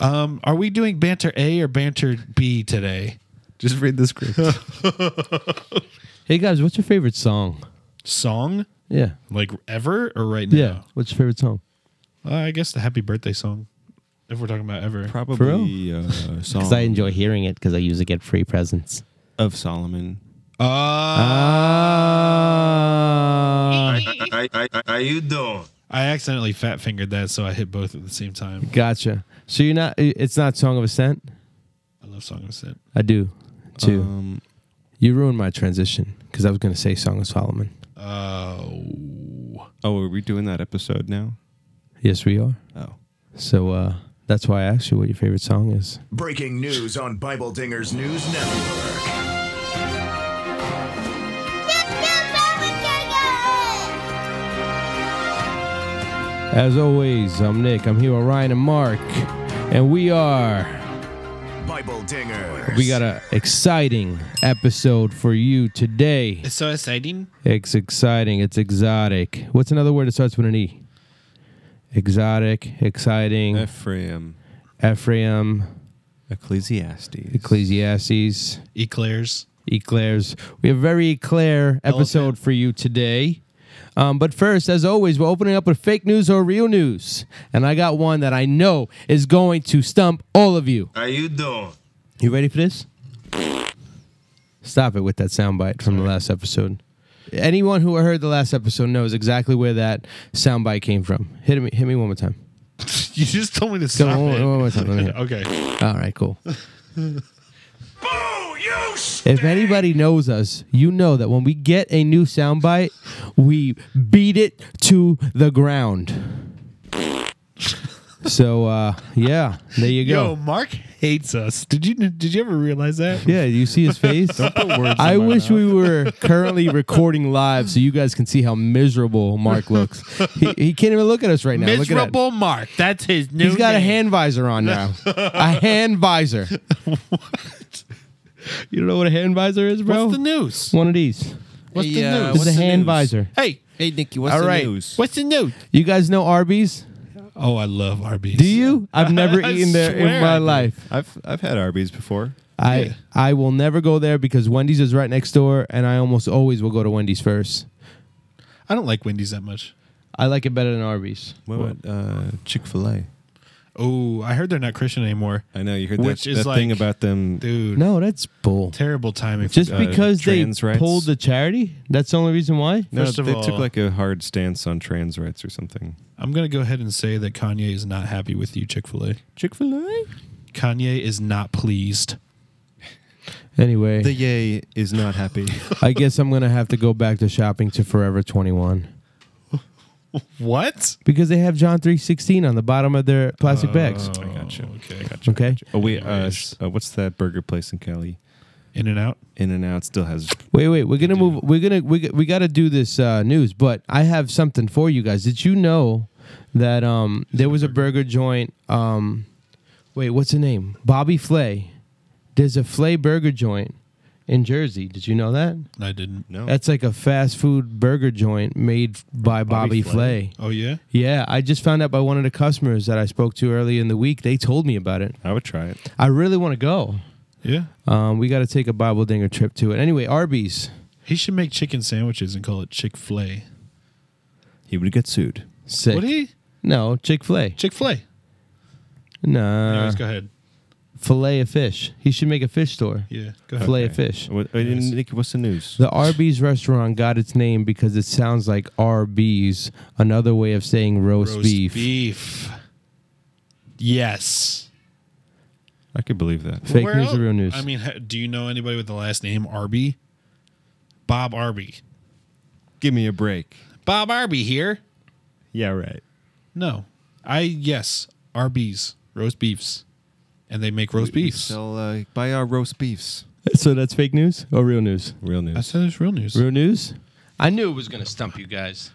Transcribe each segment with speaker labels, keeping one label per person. Speaker 1: Um, are we doing banter A or banter B today?
Speaker 2: Just read the script.
Speaker 3: Hey guys, what's your favorite song?
Speaker 1: Song?
Speaker 3: Yeah.
Speaker 1: Like ever or right
Speaker 3: Yeah.
Speaker 1: now?
Speaker 3: What's your favorite song?
Speaker 1: Uh, I guess the happy birthday song. If we're talking about ever.
Speaker 2: Probably uh, song
Speaker 4: Because I enjoy hearing it because I usually get free presents.
Speaker 2: of Solomon.
Speaker 1: Uh,
Speaker 3: Ah.
Speaker 5: I, I, I, are you doing?
Speaker 1: I accidentally fat fingered that, so I hit both at the same time.
Speaker 3: Gotcha. So you're not. It's not Song of Ascent.
Speaker 1: I love Song of Ascent.
Speaker 3: I do, too.
Speaker 2: Um,
Speaker 3: you ruined my transition because I was gonna say Song of Solomon.
Speaker 1: Oh.
Speaker 2: oh, are we doing that episode now?
Speaker 3: Yes, we are.
Speaker 2: Oh,
Speaker 3: So uh, that's why I asked you what your favorite song is.
Speaker 6: Breaking news on Bible Dingers News Network.
Speaker 3: As always, I'm Nick. I'm here with Ryan and Mark, and we are.
Speaker 6: Bible Dingers.
Speaker 3: We got an exciting episode for you today.
Speaker 1: It's so exciting.
Speaker 3: It's exciting. It's exotic. What's another word that starts with an e? Exotic, exciting.
Speaker 2: Ephraim,
Speaker 3: Ephraim,
Speaker 2: Ecclesiastes,
Speaker 3: Ecclesiastes,
Speaker 1: Eclairs.
Speaker 3: Eclairs. We have a very Eclair episode for you today. Um, but first, as always, we're opening up with fake news or real news. And I got one that I know is going to stump all of you.
Speaker 5: Are you doing?
Speaker 3: You ready for this? Stop it with that soundbite from the last episode. Anyone who heard the last episode knows exactly where that soundbite came from. Hit me, hit me one more time.
Speaker 1: You just told me to
Speaker 3: Go
Speaker 1: stop
Speaker 3: on, one,
Speaker 1: it.
Speaker 3: one more time. Let me hear it.
Speaker 1: Okay.
Speaker 3: All right, cool. If anybody knows us, you know that when we get a new soundbite, we beat it to the ground. So uh, yeah, there you go.
Speaker 1: Yo, Mark hates us. Did you did you ever realize that?
Speaker 3: Yeah, you see his face. I wish we were currently recording live so you guys can see how miserable Mark looks. He, he can't even look at us right now. Look at that.
Speaker 1: Miserable Mark. That's his new
Speaker 3: He's got a
Speaker 1: name.
Speaker 3: hand visor on now. a hand visor. You don't know what a hand visor is, bro?
Speaker 1: What's the news?
Speaker 3: One of these.
Speaker 1: What's
Speaker 2: Hey,
Speaker 1: the
Speaker 2: uh,
Speaker 1: news?
Speaker 3: This
Speaker 2: what's
Speaker 3: is a
Speaker 2: the
Speaker 3: hand
Speaker 2: news?
Speaker 3: visor.
Speaker 1: hey,
Speaker 2: Hey Nikki, what's
Speaker 3: All
Speaker 2: the
Speaker 3: right.
Speaker 2: news?
Speaker 1: what's the news?
Speaker 3: You guys know Arby's?
Speaker 1: Oh, I love Arby's.
Speaker 3: Do you? I've never
Speaker 1: I
Speaker 3: eaten there
Speaker 1: swear
Speaker 3: in my
Speaker 1: I do.
Speaker 3: life.
Speaker 2: I've I've had Arby's before.
Speaker 3: I
Speaker 1: Yeah.
Speaker 3: I will never go there because Wendy's is right next door, and I almost always will go to Wendy's first.
Speaker 1: I don't like Wendy's that much.
Speaker 3: I like it better than Arby's.
Speaker 2: What about uh, Chick Fil A?
Speaker 1: Oh, I heard they're not Christian anymore.
Speaker 2: I know you heard
Speaker 1: Which
Speaker 2: that,
Speaker 1: is
Speaker 2: that thing
Speaker 1: like-
Speaker 2: about them.
Speaker 1: Dude,
Speaker 3: No, that's bull.
Speaker 1: terrible timing.
Speaker 3: Just
Speaker 2: uh,
Speaker 3: because they
Speaker 2: trans rights.
Speaker 3: pulled the charity, that's the only reason why.
Speaker 2: No,
Speaker 1: First of
Speaker 2: they
Speaker 1: all-
Speaker 2: took like a hard stance on trans rights or something.
Speaker 1: I'm going to go ahead and say that Kanye is not happy with you, Chick fil A.
Speaker 2: Chick Fil A.
Speaker 1: Kanye is not pleased.
Speaker 3: Anyway,
Speaker 2: The yay is not happy.
Speaker 3: I guess I'm gonna have to go back to shopping to Forever 21
Speaker 1: What?
Speaker 3: because they have John 3:16 on the bottom of their plastic bags.
Speaker 1: I
Speaker 2: got you.
Speaker 1: Okay.
Speaker 3: Okay,
Speaker 2: oh wait, uh,
Speaker 1: Anyways.
Speaker 2: sh- uh, what's that burger place in Cali?
Speaker 1: In and out.
Speaker 2: In and Out still has.
Speaker 3: wait, wait. We're gonna move. We're gonna we we gotta do this uh, news. But I have something for you guys. Did you know that um there was a burger joint? Um, wait, what's the name? Bobby Flay. There's a Flay burger joint in Jersey. Did you know that?
Speaker 1: I didn't.
Speaker 2: No,
Speaker 3: That's like a fast food burger joint made by Bobby, Flay.
Speaker 1: Oh, yeah?
Speaker 3: Yeah, I just found out by one of the customers that I spoke to early in the week. They told me about it.
Speaker 2: I would try it.
Speaker 3: I really want to go.
Speaker 1: Yeah.
Speaker 3: Um, we got to take a Bible Dinger trip to it. Anyway, Arby's.
Speaker 1: He should make chicken sandwiches and call it Chick fil A.
Speaker 2: He would get sued.
Speaker 3: Sick.
Speaker 1: Would he?
Speaker 3: No, Chick fil A.
Speaker 1: Chick fil A.
Speaker 3: Nah.
Speaker 1: Anyways, go ahead.
Speaker 3: Filet of fish. He should make a fish store.
Speaker 1: Yeah. Go ahead.
Speaker 3: Filet of fish.
Speaker 2: What, uh, Nick, what's the news?
Speaker 3: The Arby's restaurant got its name because it sounds like Arby's, another way of saying roast,
Speaker 1: Roast
Speaker 3: beef.
Speaker 1: beef. Yes.
Speaker 2: I could believe that.
Speaker 3: Fake
Speaker 1: Where
Speaker 3: news
Speaker 1: el-
Speaker 3: or real news?
Speaker 1: I mean, ha- do you know anybody with the last name Arby? Bob Arby.
Speaker 2: Give me a break.
Speaker 1: Bob Arby here.
Speaker 2: Yeah, right.
Speaker 1: No, I yes Arby's roast beefs, and they make roast beefs.
Speaker 2: Sell, uh, buy our roast beefs.
Speaker 3: so that's fake news or real news?
Speaker 2: Real
Speaker 1: I
Speaker 2: news.
Speaker 1: said it's real news.
Speaker 3: Real news? I knew it was going to stump you guys.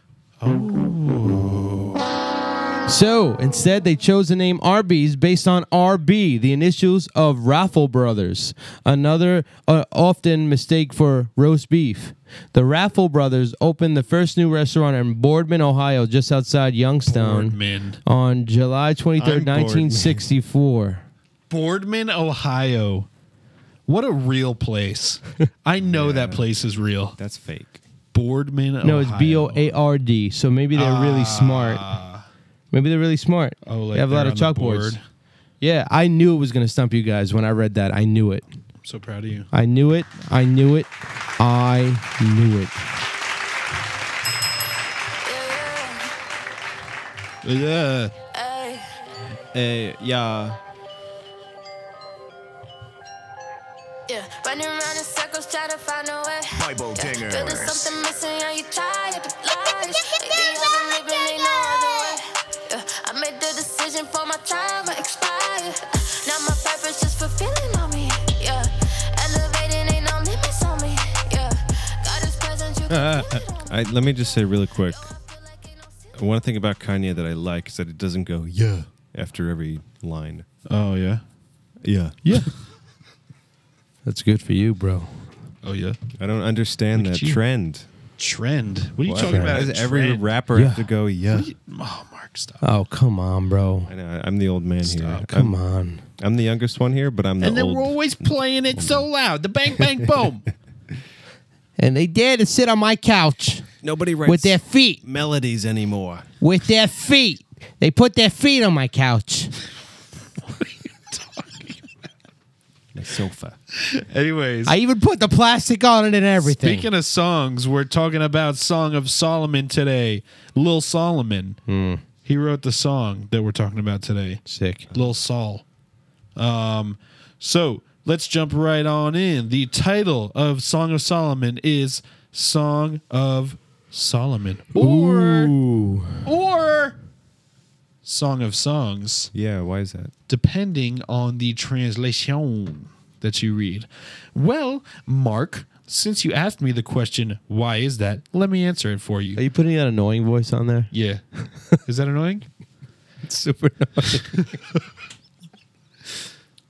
Speaker 3: So instead, they chose the name Arby's based on RB, the initials of Raffle Brothers, another uh, often mistake for roast beef. The Raffle Brothers opened the first new restaurant in Boardman, Ohio, just outside Youngstown,
Speaker 1: Boardman.
Speaker 3: on July 23rd,
Speaker 2: I'm Boardman.
Speaker 3: 1964.
Speaker 1: Boardman, Ohio. What a real place. I know that place is real.
Speaker 2: That's fake.
Speaker 1: Boardman, Ohio. Ah.
Speaker 3: No, it's B O A R D. So maybe they're really smart. Maybe they're really smart.
Speaker 1: Oh, like
Speaker 3: they have a lot
Speaker 1: they're
Speaker 3: of
Speaker 1: on the
Speaker 3: chalkboards.
Speaker 1: board.
Speaker 3: Yeah, I knew it was going to stump you guys when I read that. I knew it.
Speaker 1: I'm so proud of you.
Speaker 3: I knew it. I knew it. I knew it.
Speaker 1: Yeah.
Speaker 2: Uh, yeah.
Speaker 7: Yeah, running around in circles trying to find a way.
Speaker 6: Bible
Speaker 7: Yeah, feel there's
Speaker 6: dingers.
Speaker 7: something missing, yeah, you tired of the lies. Lately I've been living, ain't no other way. Yeah, I made the decision for my time to expire. Now my purpose just fulfilling on me. Yeah, elevating ain't no limits on me. Yeah, God is present, you can feel it on me.
Speaker 2: Ah, I, let me just say really quick. One thing about Kanye that I like is that it doesn't go yeah after every line.
Speaker 1: Oh yeah.
Speaker 2: Yeah.
Speaker 1: Yeah.
Speaker 3: That's good for you, bro.
Speaker 1: Oh yeah.
Speaker 2: I don't understand
Speaker 1: Look at
Speaker 2: that
Speaker 1: you.
Speaker 2: trend.
Speaker 1: Trend. What are you
Speaker 2: Why
Speaker 1: talking about?
Speaker 2: does every
Speaker 1: Trend?
Speaker 2: rapper
Speaker 3: Yeah.
Speaker 2: have to go yeah?
Speaker 1: Oh, Mark, stop.
Speaker 3: Oh, come on, bro.
Speaker 2: I know. I'm the old man here.
Speaker 1: Stop.
Speaker 3: Come on.
Speaker 2: I'm the youngest one here, but I'm the
Speaker 1: and then
Speaker 2: old.
Speaker 1: we're always playing it so loud. The bang bang boom.
Speaker 3: And they dare to sit on my couch
Speaker 2: Nobody writes
Speaker 3: with their feet.
Speaker 2: melodies anymore.
Speaker 3: With their feet. They put their feet on my couch.
Speaker 2: My sofa.
Speaker 1: Anyways.
Speaker 3: I even put the plastic on it and everything.
Speaker 1: Speaking of songs, we're talking about Song of Solomon today. Lil Solomon. He wrote the song that we're talking about today.
Speaker 3: Sick.
Speaker 1: Lil Sol. Um, so let's jump right on in. The title of Song of Solomon is Song of Solomon. Or
Speaker 3: Ooh.
Speaker 1: or Song of Songs
Speaker 2: Yeah, why is that?
Speaker 1: depending on the translation that you read. Well, Mark, since you asked me the question, why is that? Let me answer it for
Speaker 3: Are
Speaker 1: you.
Speaker 3: you putting that annoying voice on there?
Speaker 1: Yeah. is that annoying?
Speaker 3: It's super annoying.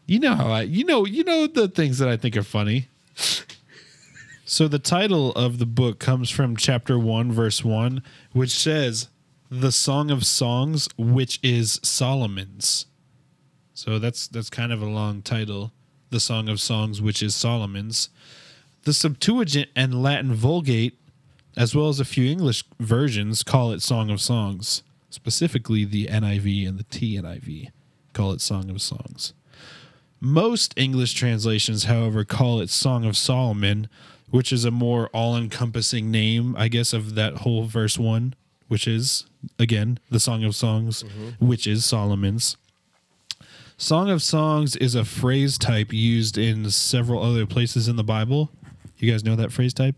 Speaker 1: You know how I you know you know the things that I think are funny. So the title of the book comes from chapter 1 verse 1 which says the song of songs which is Solomon's. So that's that's kind of a long title, the song of songs which is Solomon's. The Septuagint and Latin Vulgate as well as a few English versions call it Song of Songs. Specifically the NIV and the TNIV call it Song of Songs. Most English translations, however, call it Song of Solomon, which is a more all encompassing name, I guess, of that whole verse one, which is, again, the Song of Songs,
Speaker 2: Mm-hmm.
Speaker 1: which is Solomon's. Song of Songs is a phrase type used in several other places in the Bible. You guys know that phrase type?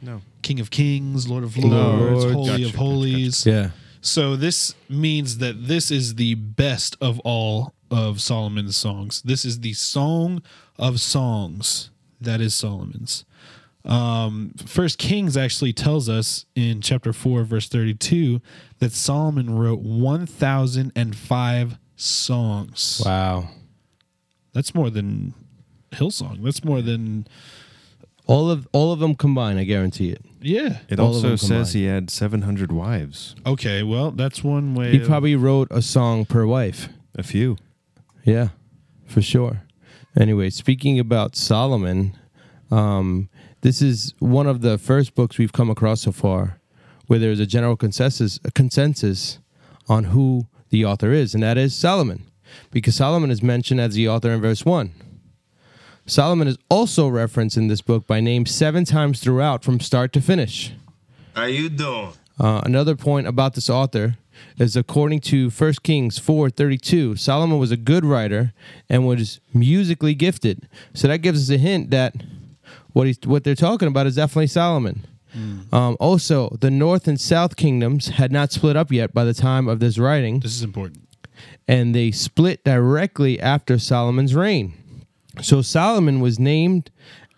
Speaker 2: No.
Speaker 1: King of Kings, Lord of
Speaker 3: of
Speaker 1: Lords,
Speaker 3: Lords.
Speaker 1: Holy
Speaker 2: Gotcha,
Speaker 1: of
Speaker 2: gotcha,
Speaker 1: Holies.
Speaker 3: Yeah.
Speaker 1: So this means that this is the best of all of Solomon's songs. This is the song of songs that is Solomon's. Um, First Kings actually tells us in chapter four, verse thirty-two, that Solomon wrote one thousand and five songs.
Speaker 3: Wow.
Speaker 1: That's more than Hillsong. That's more than
Speaker 3: All of all of them combined, I guarantee it.
Speaker 1: yeah.
Speaker 2: It
Speaker 3: All of
Speaker 2: also
Speaker 3: them
Speaker 2: says he had 700 wives.
Speaker 1: Okay, well that's one way.
Speaker 3: He
Speaker 1: of-
Speaker 3: probably wrote a song per wife.
Speaker 2: A few.
Speaker 3: Yeah, for sure. Anyway, speaking about Solomon, um, this is one of the first books we've come across so far where there's a general consensus a consensus on who the author is, and that is Solomon, because Solomon is mentioned as the author in verse one. Solomon is also referenced in this book by name seven times throughout from start to finish.
Speaker 5: How you doing?
Speaker 3: Uh, another point about this author is according to 1 Kings 4:32, Solomon was a good writer and was musically gifted. So that gives us a hint that what he's what they're talking about is definitely Solomon. Um, also, the north and south kingdoms had not split up yet by the time of this writing,
Speaker 1: this is important.
Speaker 3: and they split directly after Solomon's reign. So Solomon was named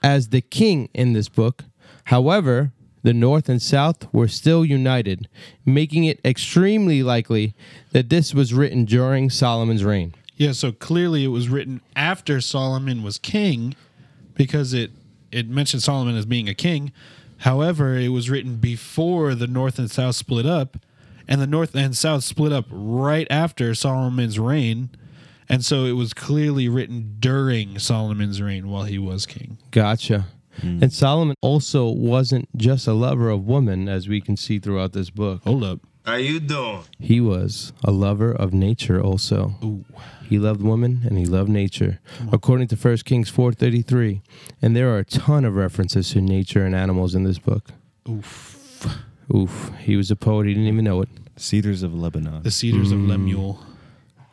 Speaker 3: as the king in this book. However, the North and South were still united, making it extremely likely that this was written during Solomon's reign.
Speaker 1: Yeah, so clearly it was written after Solomon was king because it it mentioned Solomon as being a king. However, it was written before the north and south split up, and the north and south split up right after Solomon's reign. And so it was clearly written during Solomon's reign while he was king.
Speaker 3: Gotcha. And Solomon also wasn't just a lover of woman, as we can see throughout this book.
Speaker 1: Hold up.
Speaker 5: How you doing?
Speaker 3: He was a lover of nature also. He loved woman and he loved nature, according to 1 Kings 4.33. And there are a ton of references to nature and animals in this book. Oof. Oof. He was a poet. He didn't even know it.
Speaker 2: Cedars of Lebanon.
Speaker 1: The cedars of Lemuel.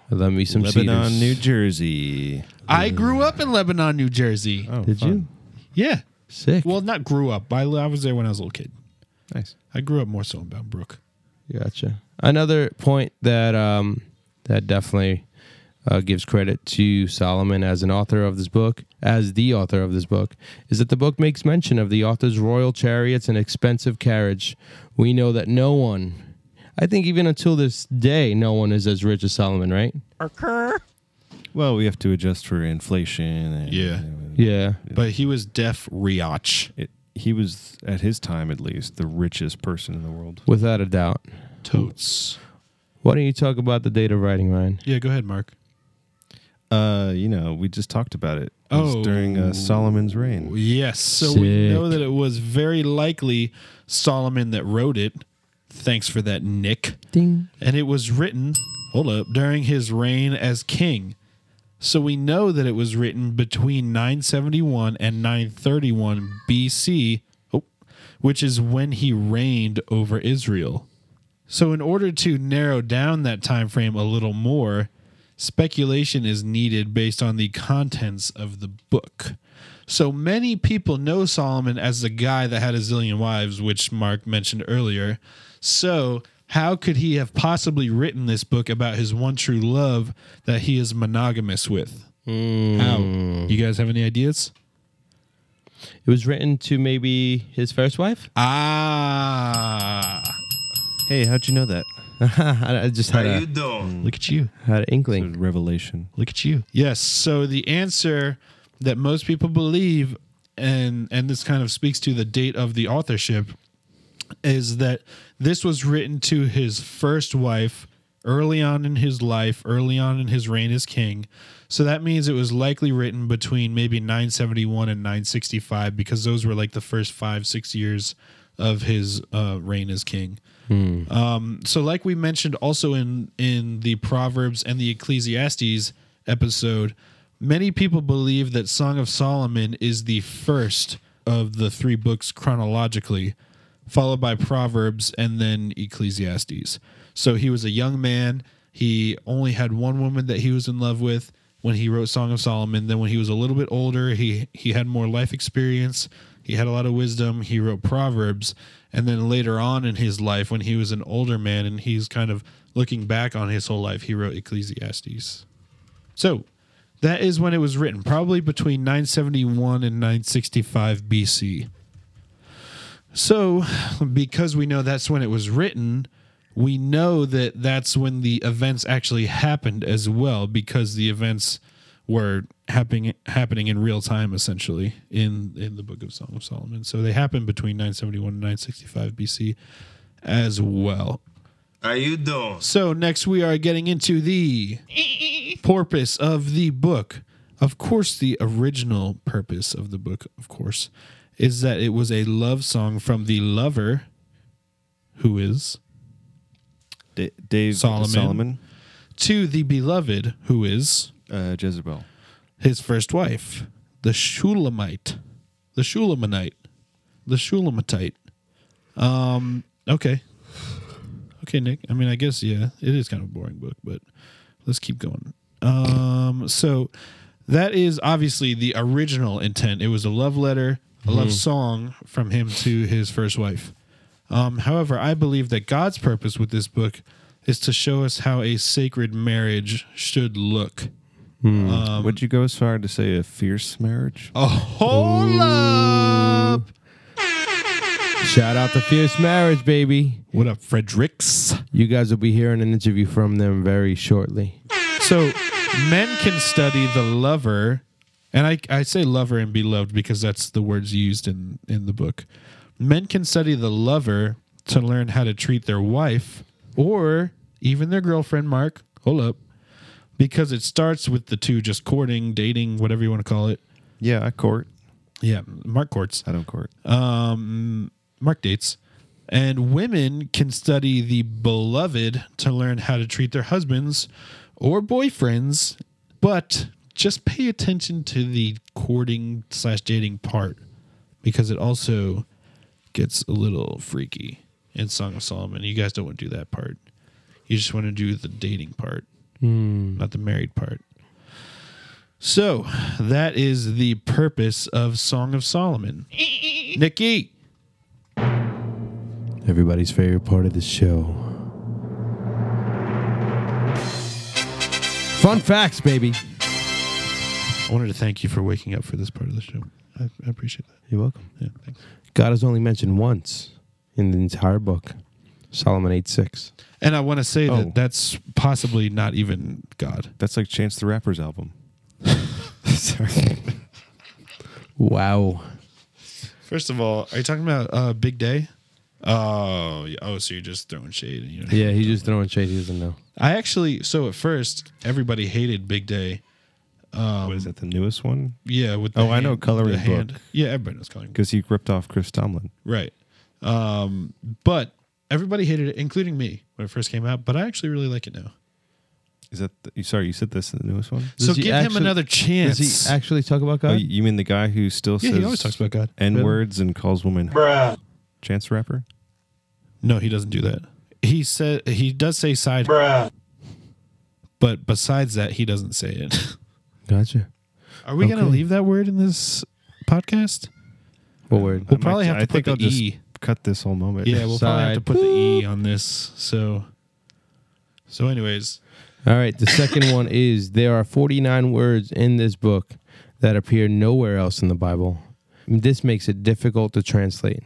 Speaker 3: Love me some
Speaker 2: Lebanon,
Speaker 3: cedars.
Speaker 2: New Jersey.
Speaker 1: I grew up in Lebanon, New Jersey.
Speaker 2: Oh,
Speaker 3: Did
Speaker 2: fun.
Speaker 3: you?
Speaker 1: Yeah.
Speaker 3: Sick.
Speaker 1: Well, not grew up. I, I was there when I was a little kid.
Speaker 2: Nice.
Speaker 1: I grew up more so in Bound Brook.
Speaker 3: Gotcha. Another point that um, that definitely uh, gives credit to Solomon as an author of this book, as the author of this book, is that the book makes mention of the author's royal chariots and expensive carriage. We know that no one, I think even until this day, no one is as rich as Solomon, right?
Speaker 2: Well, we have to adjust for inflation. And,
Speaker 1: Yeah.
Speaker 3: Yeah.
Speaker 1: But he was deaf Riach.
Speaker 2: It, he was, at his time at least, the richest person in the world.
Speaker 3: Without a doubt.
Speaker 1: Totes.
Speaker 3: Why don't you talk about the date of writing, Ryan?
Speaker 1: Yeah, go ahead, Mark.
Speaker 2: Uh, you know, we just talked about it. It was
Speaker 1: Oh.
Speaker 2: during uh, Solomon's reign.
Speaker 1: Yes. So we
Speaker 3: Sick.
Speaker 1: know that it was very likely Solomon that wrote it. Thanks for that, Nick.
Speaker 3: Ding.
Speaker 1: And it was written, hold up, during his reign as king. So we know that it was written between 971 and 931 BC, oh, which is when he reigned over Israel. So in order to narrow down that time frame a little more, speculation is needed based on the contents of the book. So many people know Solomon as the guy that had a zillion wives, which Mark mentioned earlier. So how could he have possibly written this book about his one true love that he is monogamous with? How? You guys have any ideas?
Speaker 3: It was written to maybe his first wife?
Speaker 1: Ah,
Speaker 2: Hey, how'd you know that?
Speaker 3: I just
Speaker 5: How
Speaker 3: had
Speaker 5: you
Speaker 3: a,
Speaker 5: doing?
Speaker 1: look at you.
Speaker 3: had an
Speaker 2: It's a
Speaker 3: inkling.
Speaker 2: revelation.
Speaker 1: Look at you. Yes. So the answer that most people believe, and and this kind of speaks to the date of the authorship, is that this was written to his first wife early on in his life, early on in his reign as king. So that means it was likely written between maybe 971 and 965 because those were like the first five six years of his uh, reign as king so like we mentioned also in in the proverbs and the ecclesiastes episode many people believe that song of solomon is the first of the three books chronologically followed by proverbs and then ecclesiastes so he was a young man he only had one woman that he was in love with when he wrote song of solomon then when he was a little bit older he he had more life experience he had a lot of wisdom. He wrote Proverbs. And then later on in his life, when he was an older man and he's kind of looking back on his whole life, he wrote Ecclesiastes. So that is when it was written, probably between 971 and 965 BC. So, because we know that's when it was written, we know that that's when the events actually happened as well, because the events were happening happening in real time, essentially in in the Book of Song of Solomon. So they happened between 971 and 965 BC as well.
Speaker 5: How you doing?
Speaker 1: So next we are getting into the purpose of the book. Of course, the original purpose of the book, of course, is that it was a love song from the lover, who is,
Speaker 2: D- Dave uh,
Speaker 1: Solomon.
Speaker 2: Solomon
Speaker 1: to the beloved, who is
Speaker 2: uh, Jezebel.
Speaker 1: his first wife, the Shulamite, the Shulamanite, the Shulamitite. Um. Okay. Okay, Nick. I mean, I guess yeah, it is kind of a boring book, but let's keep going. Um. So that is obviously the original intent. It was a love letter, a love song from him to his first wife. Um, however, I believe that God's purpose with this book is to show us how a sacred marriage should look.
Speaker 3: Um,
Speaker 2: Would you go as far to
Speaker 3: uh,
Speaker 2: say a fierce marriage?
Speaker 1: Hold up.
Speaker 3: Shout out to Fierce Marriage, baby.
Speaker 1: What up, Fredericks?
Speaker 3: You guys will be hearing an interview from them very shortly.
Speaker 1: So men can study the lover, and I, I say lover and be loved because that's the words used in, in the book. Men can study the lover to learn how to treat their wife or even their girlfriend, Mark. Hold up. Because it starts with the two just courting, dating, whatever you want to call it.
Speaker 2: Yeah, I court.
Speaker 1: Yeah, Mark courts.
Speaker 2: I don't court.
Speaker 1: Mark dates. And women can study the beloved to learn how to treat their husbands or boyfriends, but just pay attention to the courting slash dating part because it also gets a little freaky in Song of Solomon. You guys don't want to do that part. You just want to do the dating part, not the married part. So that is the purpose of Song of Solomon. Nikki.
Speaker 3: Everybody's favorite part of the show. Fun facts, baby.
Speaker 1: I wanted to thank you for waking up for this part of the show. I, I appreciate that.
Speaker 3: You're welcome.
Speaker 1: Yeah, thanks.
Speaker 3: God is only mentioned once in the entire book, Solomon 8 6.
Speaker 1: And I want to say
Speaker 2: Oh.
Speaker 1: that that's possibly not even God.
Speaker 2: That's like Chance the Rapper's album.
Speaker 3: Wow.
Speaker 1: First of all, are you talking about uh, Big Day? Oh, y- oh, so you're just throwing shade. And you know.
Speaker 3: Yeah, he's just throwing shade. He doesn't know.
Speaker 1: I actually, so at first, everybody hated Big Day.
Speaker 2: what is that? The newest one?
Speaker 1: Yeah, with the
Speaker 2: Oh, I know
Speaker 1: hand-
Speaker 2: coloring
Speaker 1: the hand.
Speaker 2: book.
Speaker 1: Yeah, everybody knows coloring. book.
Speaker 2: Because he ripped off Chris Tomlin.
Speaker 1: Right. Um, but everybody hated it, including me when it first came out. But I actually really like it now.
Speaker 2: Is that the, you- sorry? You said this in the newest one?
Speaker 3: Does
Speaker 1: so
Speaker 3: he
Speaker 1: give
Speaker 3: actually-
Speaker 1: him another chance.
Speaker 3: Does he actually talk about
Speaker 2: Oh,
Speaker 3: God?
Speaker 2: you mean the guy who still
Speaker 1: yeah,
Speaker 2: says
Speaker 1: he always talks about God.
Speaker 2: n words and calls women
Speaker 5: Bruh.
Speaker 2: Chance the Rapper?
Speaker 1: No, he doesn't do that. He said he does say side,
Speaker 5: Bruh.
Speaker 1: but besides that, he doesn't say it.
Speaker 3: Gotcha.
Speaker 1: Are we gonna
Speaker 3: Okay.
Speaker 1: leave that word in this podcast?
Speaker 3: What word?
Speaker 1: We'll probably have
Speaker 2: I
Speaker 1: to put
Speaker 2: think
Speaker 1: the
Speaker 2: I'll just
Speaker 1: e.
Speaker 2: cut this whole moment.
Speaker 1: Yeah, we'll probably have to
Speaker 3: Side.
Speaker 1: put the e on this. So, so anyways,
Speaker 3: All right. The second one is there are 49 words in this book that appear nowhere else in the Bible. This makes it difficult to translate.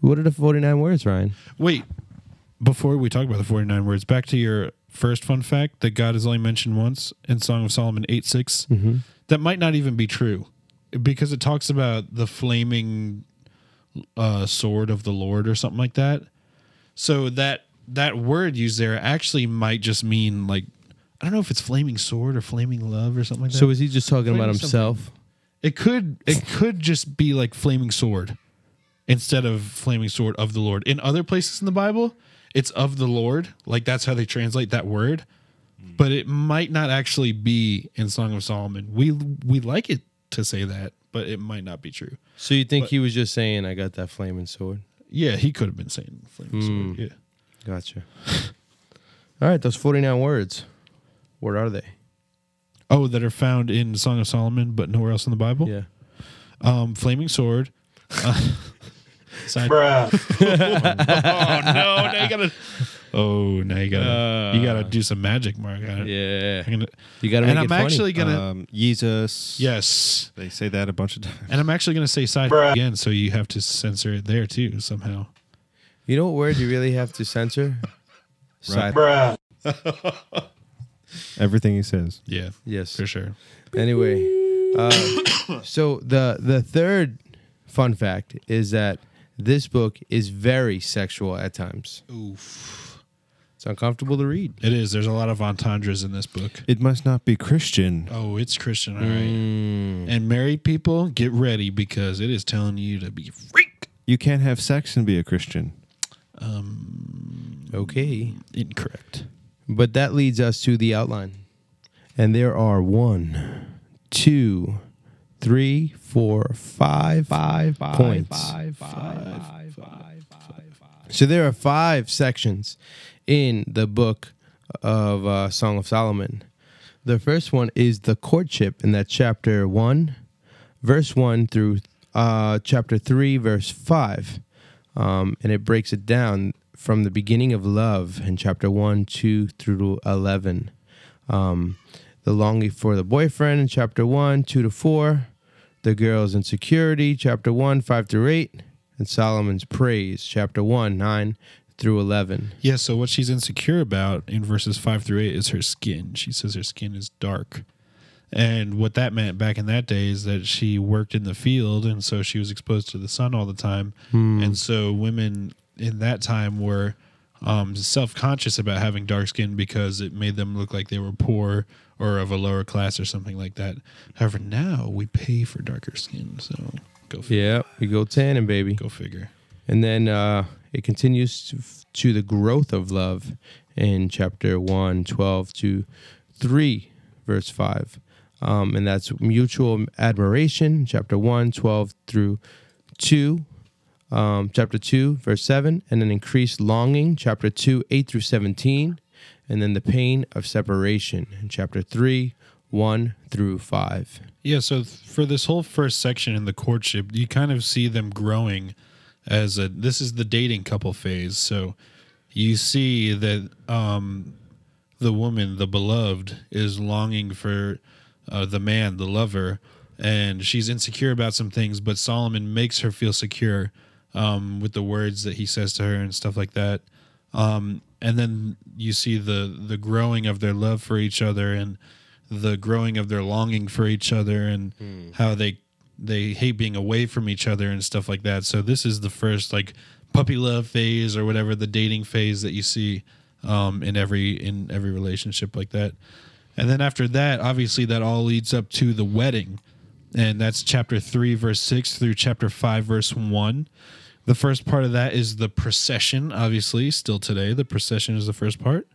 Speaker 3: What are the 49 words, Ryan?
Speaker 1: wait. Before we talk about the forty-nine words, back to your first fun fact that God is only mentioned once in Song of Solomon eight 6 That might not even be true, because it talks about the flaming uh, sword of the Lord or something like that. So that that word used there actually might just mean like I don't know if it's flaming sword or flaming love or something like that.
Speaker 3: So is he just talking about
Speaker 1: Explain
Speaker 3: himself?
Speaker 1: It could it could just be like flaming sword instead of flaming sword of the Lord. In other places in the Bible, it's of the Lord. Like that's how they translate that word. But it might not actually be in Song of Solomon. We we like it to say that, but it might not be true.
Speaker 3: So you think he was just saying, I got that flaming sword?
Speaker 1: Yeah, he could have been saying flaming sword. Yeah.
Speaker 3: Gotcha. All right. Those 49 words. What are they?
Speaker 1: Oh, that are found in Song of Solomon, but nowhere else in the Bible. Um, flaming sword. Uh, side-
Speaker 5: Bruh.
Speaker 1: oh no! Now you gotta. Oh, now you gotta. you gotta do some magic, Mark. I-
Speaker 3: Yeah.
Speaker 1: I'm gonna-
Speaker 3: You got to make
Speaker 1: and
Speaker 3: it
Speaker 1: I'm
Speaker 3: funny.
Speaker 1: actually gonna.
Speaker 2: Um, Jesus.
Speaker 1: yes.
Speaker 2: They say that a bunch of times.
Speaker 1: And I'm actually gonna say side
Speaker 5: Bruh.
Speaker 1: again, so you have to censor it there too somehow.
Speaker 3: You know what word you really have to censor? Side.
Speaker 5: Bruh.
Speaker 2: Everything he says.
Speaker 1: Yeah.
Speaker 3: Yes.
Speaker 1: For sure.
Speaker 3: Anyway, uh, so the the third fun fact is that this book is very sexual at times.
Speaker 1: Oof.
Speaker 3: It's uncomfortable to read.
Speaker 1: It is. There's a lot of entendres in this book.
Speaker 2: It must not be Christian.
Speaker 1: Oh, it's Christian, all right. And married people, get ready because it is telling you to be freak
Speaker 2: You can't have sex and be a Christian.
Speaker 3: Okay,
Speaker 1: incorrect.
Speaker 3: but that leads us to the outline, and there are one, two, three, four, five, five, five points. So there are five sections in the book of uh, Song of Solomon. The first one is the courtship, and that's chapter 1, verse 1 through uh, chapter 3, verse 5. Um, and it breaks it down from the beginning of love in chapter 1, 2 through 11. Um, the longing for the boyfriend in chapter 1, 2 to 4. The girl's insecurity, chapter 1, 5 through 8. and Solomon's Praise, chapter 1, 9 through 11.
Speaker 1: Yeah, so what she's insecure about in verses five through eight is her skin. She says her skin is dark. And what that meant back in that day is that she worked in the field and so she was exposed to the sun all the time. And so women in that time were um, self conscious about having dark skin because it made them look like they were poor or of a lower class or something like that. However, now we pay for darker skin. So go figure.
Speaker 3: Yeah, we go tanning, baby.
Speaker 1: Go figure.
Speaker 3: And then uh, it continues to, to the growth of love in chapter 1, 12 to 3, verse 5. Um, and that's mutual admiration, chapter 1, 12 through 2, um, chapter 2, verse 7. And then increased longing, chapter 2, 8 through 17. And then the pain of separation in chapter 3, 1 through 5.
Speaker 1: Yeah, so th- for this whole first section in the courtship, you kind of see them growing as a this is the dating couple phase. So you see that um the woman, the beloved, is longing for uh, the man, the lover, and she's insecure about some things, but Solomon makes her feel secure um with the words that he says to her and stuff like that um, and then you see the the growing of their love for each other and the growing of their longing for each other and how they they hate being away from each other and stuff like that. So this is the first like puppy love phase or whatever the dating phase that you see um, in every in every relationship like that. And then after that, obviously that all leads up to the wedding. And that's chapter 3 verse 6 through chapter 5 verse 1. The first part of that is the procession, obviously, still today. The procession is the first part.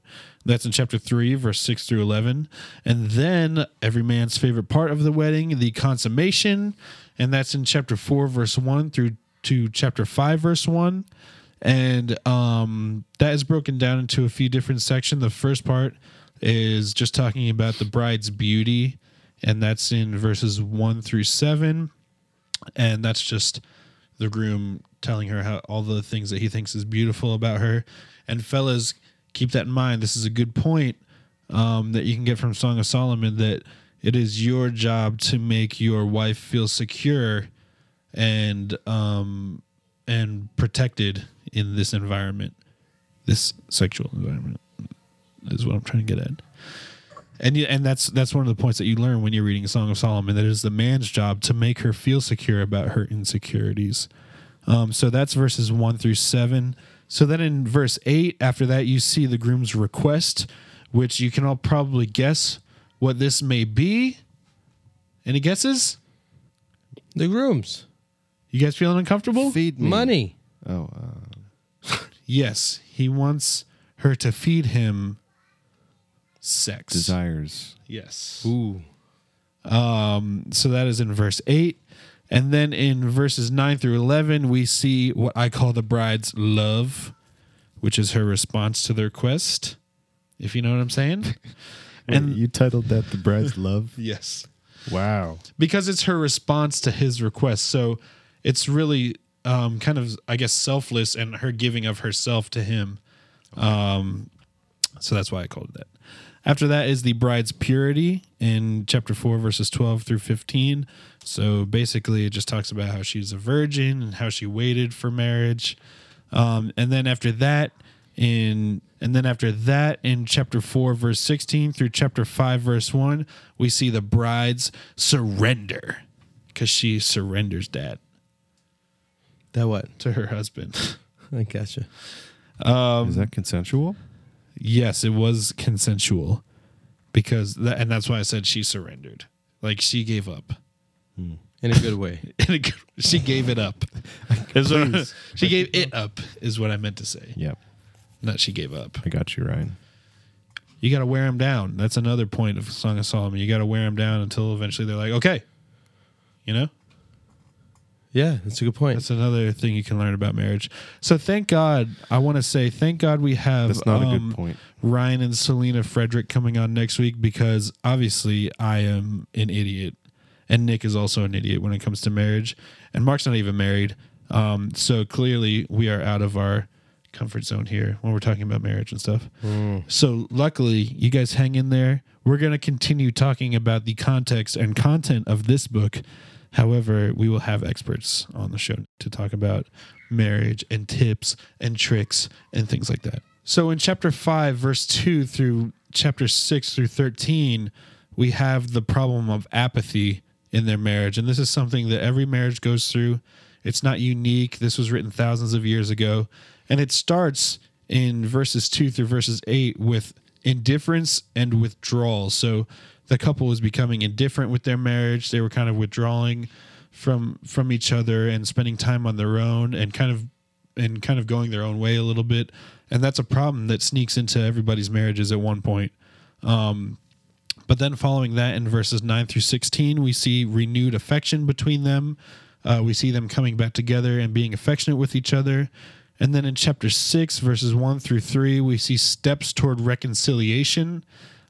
Speaker 1: That's in chapter 3, verse 6 through 11. And then every man's favorite part of the wedding, the consummation. And that's in chapter 4, verse 1 through to chapter 5, verse 1. And um, that is broken down into a few different sections. The first part is just talking about the bride's beauty, and that's in verses 1 through 7 and that's just the groom telling her how all the things that he thinks is beautiful about her. And fellas, keep that in mind. This is a good point um, that you can get from Song of Solomon that it is your job to make your wife feel secure and um, and protected in this environment, this sexual environment is what I'm trying to get at. And you, and that's that's one of the points that you learn when you're reading Song of Solomon. That it is the man's job to make her feel secure about her insecurities. Um, so that's verses one through seven. So then in verse eight, after that, you see the groom's request, which you can all probably guess what this may be. Any guesses?
Speaker 3: The grooms,
Speaker 1: You guys feeling uncomfortable?
Speaker 2: Feed me.
Speaker 3: money.
Speaker 2: Oh, uh,
Speaker 1: Yes, he wants her to feed him sex.
Speaker 2: desires.
Speaker 1: Yes.
Speaker 3: Ooh.
Speaker 1: Um, So that is in verse 8. And then in verses 9 through 11, we see what I call the bride's love, which is her response to the request, if you know what I'm saying. And-
Speaker 8: you titled that "The Bride's Love."
Speaker 1: yes.
Speaker 8: Wow.
Speaker 1: Because it's her response to his request. So it's really um, kind of, I guess, selfless and her giving of herself to him. Um, so that's why I called it that. After that is the bride's purity in chapter 4, verses 12 through 15. So basically, it just talks about how she's a virgin and how she waited for marriage. Um, and then after that, in and then after that in chapter 4 verse 16 through chapter 5 verse 1 we see the bride's surrender because she surrenders that
Speaker 3: That what?
Speaker 1: to her husband
Speaker 3: I gotcha.
Speaker 1: Um,
Speaker 2: is that consensual?
Speaker 1: yes it was consensual because that, and that's why i said she surrendered like she gave up
Speaker 3: In a good way.
Speaker 1: In a good- she gave it up Is what- she gave it up is what i meant to say
Speaker 2: Yep.
Speaker 1: not she gave up
Speaker 2: I got you, Ryan.
Speaker 1: you got to wear them down. That's another point of Song of Solomon. You got to wear them down until eventually they're like, okay, you know.
Speaker 3: Yeah, that's a good point.
Speaker 1: That's another thing you can learn about marriage. So thank God. I want to say thank God we have
Speaker 2: That's not a
Speaker 1: um,
Speaker 2: good point.
Speaker 1: Ryan and Selena Frederick coming on next week because obviously I am an idiot and Nick is also an idiot when it comes to marriage and Mark's not even married. Um, so clearly we are out of our comfort zone here when we're talking about marriage and stuff. So luckily you guys hang in there. We're going to continue talking about the context and content of this book. However, we will have experts on the show to talk about marriage and tips and tricks and things like that. So in chapter 5, verse 2 through chapter 6 through 13, we have the problem of apathy in their marriage. And this is something that every marriage goes through. It's not unique. This was written thousands of years ago. And it starts in verses 2 through verses 8 with indifference and withdrawal. So the couple was becoming indifferent with their marriage. They were kind of withdrawing from from each other and spending time on their own and kind of and kind of going their own way a little bit. And that's a problem that sneaks into everybody's marriages at one point. Um, But then following that in verses 9 through 16, we see renewed affection between them. Uh, we see them coming back together and being affectionate with each other. And then in chapter 6, verses 1 through 3, we see steps toward reconciliation.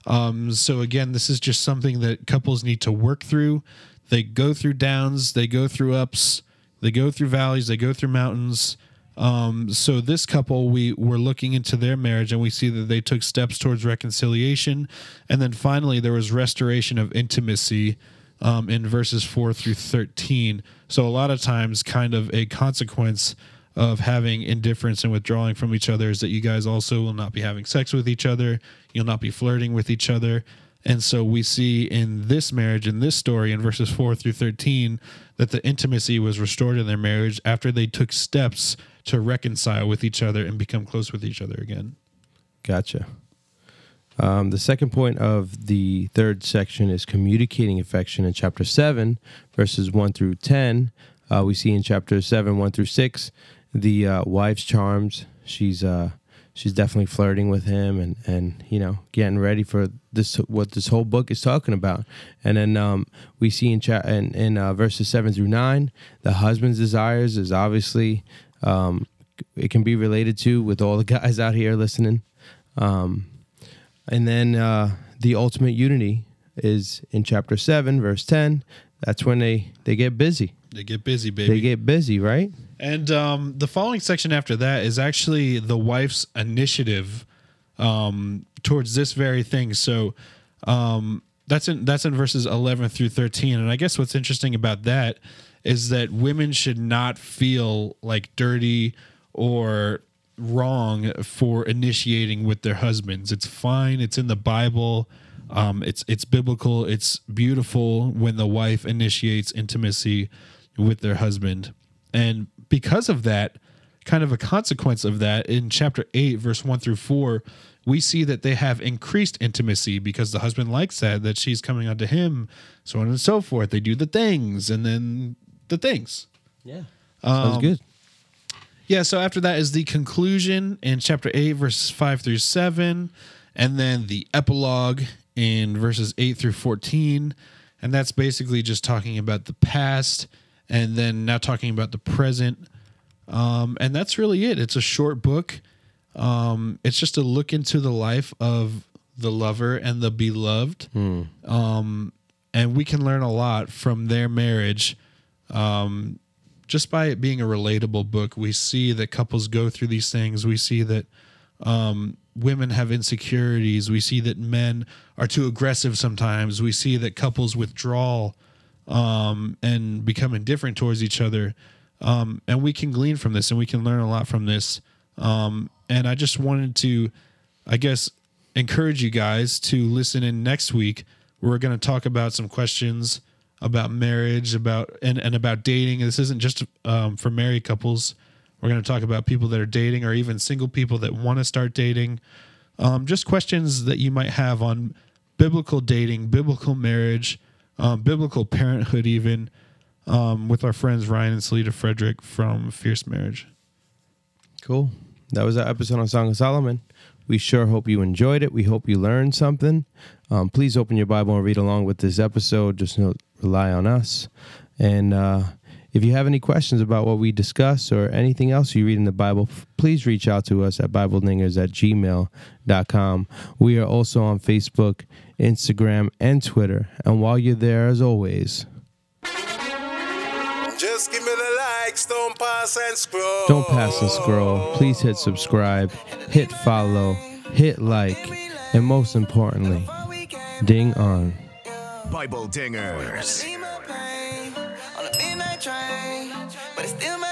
Speaker 1: Um, so again, this is just something that couples need to work through. They go through downs, they go through ups, they go through valleys, they go through mountains. Um, so this couple, we were looking into their marriage and we see that they took steps towards reconciliation. And then finally, there was restoration of intimacy um, in verses 4 through 13. So a lot of times, kind of a consequence of having indifference and withdrawing from each other is that you guys also will not be having sex with each other, you'll not be flirting with each other. And so we see in this marriage, in this story, in verses 4 through 13, that the intimacy was restored in their marriage after they took steps to reconcile with each other and become close with each other again.
Speaker 3: Gotcha. Um, the second point of the third section is communicating affection in chapter 7, verses 1 through 10. Uh, we see in chapter 7, 1 through 6, the uh, wife's charms. She's uh, she's definitely flirting with him and, and, you know, getting ready for this what this whole book is talking about. And then um, we see in, cha- in, in uh, verses 7 through 9, the husband's desires is obviously, um, it can be related to with all the guys out here listening. Um, and then uh, the ultimate unity is in chapter 7, verse 10. That's when they, they get busy.
Speaker 1: They get busy, baby.
Speaker 3: They get busy, right?
Speaker 1: And um, the following section after that is actually the wife's initiative um, towards this very thing. So um, that's in that's in verses eleven through thirteen. And I guess what's interesting about that is that women should not feel like dirty or wrong for initiating with their husbands. It's fine. It's in the Bible. Um, it's it's biblical. It's beautiful when the wife initiates intimacy with their husband. And because of that, kind of a consequence of that, in chapter 8, verse 1 through 4, we see that they have increased intimacy because the husband likes that, that she's coming onto him, so on and so forth. They do the things and then the things.
Speaker 3: Yeah. Sounds good.
Speaker 1: Yeah, so after that is the conclusion in chapter 8, verses 5 through 7, and then the epilogue in verses 8 through 14. And that's basically just talking about the past and then now talking about the present. Um, and that's really it. It's a short book. Um, it's just a look into the life of the lover and the beloved. Um, and we can learn a lot from their marriage um, just by it being a relatable book, we see that couples go through these things. We see that um, women have insecurities. We see that men are too aggressive sometimes. We see that couples withdraw um, and become indifferent towards each other. Um, and we can glean from this and we can learn a lot from this. Um, and I just wanted to, I guess, encourage you guys to listen in next week. We're going to talk about some questions about marriage, about and, and about dating. This isn't just um, for married couples. We're going to talk about people that are dating or even single people that want to start dating. Um, just questions that you might have on biblical dating, biblical marriage, um, biblical parenthood, even um, with our friends Ryan and Salita Frederick from Fierce Marriage.
Speaker 3: Cool. That was our episode on Song of Solomon. We sure hope you enjoyed it. We hope you learned something. Um, please open your Bible and read along with this episode. Just know, rely on us. And uh, if you have any questions about what we discuss or anything else you read in the Bible, f- please reach out to us at BibleNingers at gmail.com. We are also on Facebook, Instagram, and Twitter. And while you're there, as always,
Speaker 6: Just give me the likes, don't pass and scroll.
Speaker 3: Don't pass and scroll. Please hit subscribe, hit follow, hit like, and most importantly, ding on.
Speaker 6: Bible dingers.
Speaker 9: Be my pain on a midnight train, but it's still my